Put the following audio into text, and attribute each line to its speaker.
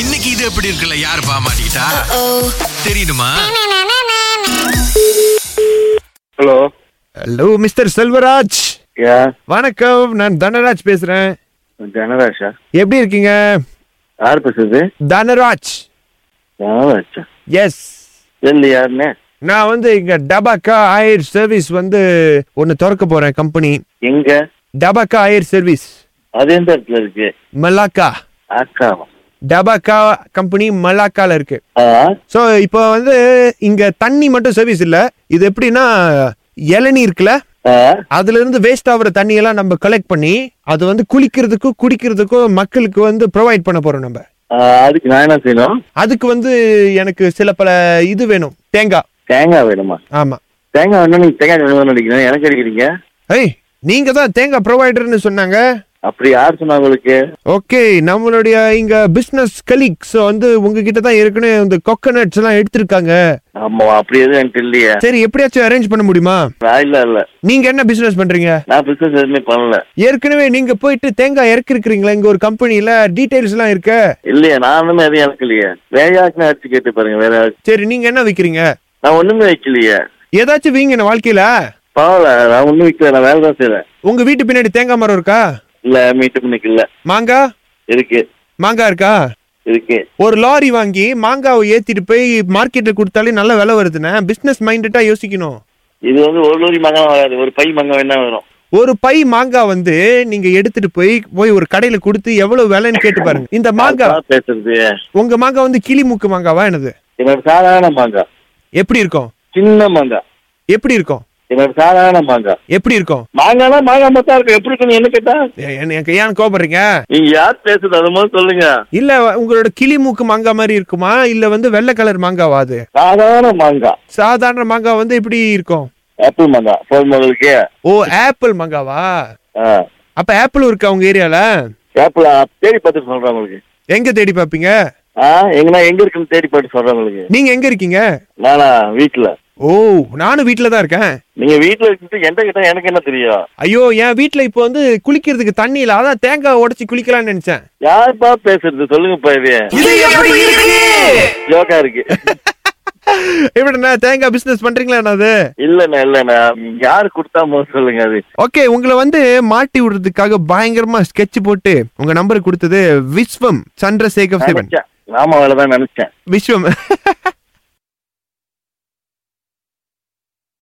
Speaker 1: இன்னைக்கு இது எப்படி இருக்குல்ல யார் பாமாட்டா தெரியுமா
Speaker 2: hello
Speaker 3: hello mister Selvaraj
Speaker 2: yeah
Speaker 3: வணக்கம் நான் தனராஜ் பேசுறேன்
Speaker 2: தனராஜா
Speaker 3: எப்படி இருக்கீங்க
Speaker 2: யார் பேசுறது
Speaker 3: தனராஜ்
Speaker 2: தனராஜா
Speaker 3: எஸ்
Speaker 2: இல்லை யாருன்னு
Speaker 3: நான் வந்து இங்க டபாக்கா ஆயர் சர்வீஸ் வந்து ஒன்னு திறக்க போறேன் கம்பெனி
Speaker 2: எங்க
Speaker 3: டபாக்கா ஆயர் சர்வீஸ்
Speaker 2: அது எந்த இடத்துல இருக்கு
Speaker 3: மலாக்கா
Speaker 2: ஆக்காவா
Speaker 3: டபாக்கா கம்பெனி மலாக்கால இருக்கு
Speaker 2: ஆ
Speaker 3: ஸோ இப்போ வந்து இங்க தண்ணி மட்டும் சர்வீஸ் இல்ல இது எப்படின்னா இளநீ இருக்குல்ல
Speaker 2: ஆ
Speaker 3: அதுல இருந்து வேஸ்ட் ஆகுற தண்ணியெல்லாம் நம்ம கலெக்ட் பண்ணி அது வந்து குளிக்கிறதுக்கும் குடிக்கிறதுக்கும் மக்களுக்கு வந்து ப்ரொவைட் பண்ண போறோம் நம்ம
Speaker 2: ஆ, அதுக்கு நான் என்ன செய்யணும்
Speaker 3: அதுக்கு வந்து எனக்கு சில பல இது வேணும் தேங்காய்
Speaker 2: தேங்காய் வேணுமா
Speaker 3: ஆமா
Speaker 2: தேங்காய் வேணும் நீங்க தேங்காய் வேணும்னு நினைக்கிறேன் எனக்கு அடிக்கிறீங்க
Speaker 3: ஐய் நீங்க தான் தேங்காய் ப்ரொவைடர்னு சொன்னாங்க
Speaker 2: அப்படி யார் சொன்னா உங்களுக்கு
Speaker 3: ஓகே நம்மளுடைய இங்க பிசினஸ் கலீக்ஸ் வந்து உங்ககிட்ட தான் ஏற்கனவே இந்த கொக்கனட்ஸ் எல்லாம் எடுத்திருக்காங்க
Speaker 2: ஆமா அப்படி எதுவும் எனக்கு இல்லையே
Speaker 3: சரி எப்படியாச்சும் அரேஞ்ச் பண்ண முடியுமா
Speaker 2: நான் இல்ல இல்ல
Speaker 3: நீங்க என்ன பிசினஸ் பண்றீங்க
Speaker 2: நான் பிசினஸ் எதுவுமே பண்ணல
Speaker 3: ஏற்கனவே நீங்க போயிட்டு தேங்காய் இறக்கிருக்கிறீங்களா இங்க ஒரு கம்பெனில டீடைல்ஸ் எல்லாம் இருக்க
Speaker 2: இல்லையே நானும் எதுவும் எனக்கு இல்லையே வேற யாருக்குன்னு அடிச்சு கேட்டு பாருங்க வேற யாருக்கு
Speaker 3: சரி நீங்க என்ன விக்கிறீங்க
Speaker 2: நான் ஒண்ணுமே வைக்கலையே
Speaker 3: ஏதாச்சும் வீங்க நான் வாழ்க்கையில
Speaker 2: பரவாயில்ல நான் ஒண்ணும் வைக்கல நான் வேலை தான் செய்யறேன்
Speaker 3: உங்க வீட்டு பின்னாடி தேங்காய் மரம் இருக்கா
Speaker 2: இல்ல மீட்டு பண்ணிக்கு இல்ல
Speaker 3: மாங்காய்
Speaker 2: இருக்கு
Speaker 3: மாங்காய் இருக்கா
Speaker 2: இருக்கு
Speaker 3: ஒரு லாரி வாங்கி மாங்காவை ஏத்திட்டு போய் மார்க்கெட்ல கொடுத்தாலே நல்ல விலை வருதுண்ணே பிசினஸ் மைண்டடா யோசிக்கணும்
Speaker 2: இது வந்து ஒரு லோரி மங்கம் வராது ஒரு பை மங்கம் வேணா வரும்
Speaker 3: ஒரு பை மாங்காய் வந்து நீங்க எடுத்துட்டு போய் போய் ஒரு கடையில கொடுத்து எவ்வளவு விலைன்னு கேட்டு பாருங்க இந்த மாங்காய்
Speaker 2: அதுதான் பேசுறது
Speaker 3: உங்க மாங்காய் வந்து கிளி மூக்கு மாங்காவா என்னது
Speaker 2: என்னோட சாதாரண மாங்காய்
Speaker 3: எப்படி இருக்கும்
Speaker 2: சின்ன மாங்காய்
Speaker 3: எப்படி இருக்கும்
Speaker 2: என்னோட சாதாரண மாங்காய்
Speaker 3: எப்படி இருக்கும்
Speaker 2: மாங்காய்னா மாங்காய் மொத்தம் இருக்கு எப்படி இருக்கு என்ன கேட்டா
Speaker 3: எ- என்ன- எனக்கு ஏன் கோபப்படுறீங்க
Speaker 2: நீங்க யார் பேசுறது அது மாதிரி சொல்லுங்க
Speaker 3: இல்ல உங்களோட கிளி மூக்கு மாங்காய் மாதிரி இருக்குமா இல்ல வந்து வெள்ளை கலர் மாங்காவா அது
Speaker 2: சாதாரண மாங்காய்
Speaker 3: சாதாரண மாங்காய் வந்து இப்படி இருக்கும்
Speaker 2: ஆப்பிள் மாங்காய் போதும் உங்களுக்கு
Speaker 3: ஓ ஆப்பிள் மாங்காவா அப்ப ஆப்பிள் இருக்கா உங்க ஏரியால
Speaker 2: ஆப்பிள் தேடி பார்த்துட்டு சொல்றேன் உங்களுக்கு
Speaker 3: எங்க தேடி பாப்பீங்க
Speaker 2: ஆ எங்கன்னா எங்க இருக்குன்னு தேடி பார்த்து சொல்றேன் உங்களுக்கு
Speaker 3: நீங்க எங்க இருக்கீங்க
Speaker 2: நானா வீட்டுல
Speaker 3: ஓ நானும் வீட்டில் தான் இருக்கேன்
Speaker 2: நீங்க வீட்டுல இருந்துட்டு என்கிட்ட கேட்டா எனக்கு என்ன தெரியும்
Speaker 3: ஐயோ என் வீட்டில் இப்போ வந்து குளிக்கிறதுக்கு தண்ணி இல்லை அதான் தேங்காய் உடைச்சி குளிக்கலாம்னு நினைச்சேன்
Speaker 2: யாருப்பா பேசுறது சொல்லுங்கப்பா இது ஜோக்கா இருக்கு
Speaker 3: எப்படிண்ணா தேங்காய் பிஸ்னஸ் பண்ணுறீங்களா அது
Speaker 2: இல்லண்ணா இல்லண்ணா யாரு கொடுத்தா முதல்ல சொல்லுங்க அது
Speaker 3: ஓகே உங்களை வந்து மாட்டி விடுறதுக்காக பயங்கரமா ஸ்கெட்ச் போட்டு உங்க நம்பர் கொடுத்தது விஸ்வம் சந்திரசேகர் சிவன்
Speaker 2: நினைச்சேன் நாம அவ்வளவுதான் நினைச்சேன்
Speaker 3: விஸ்வம்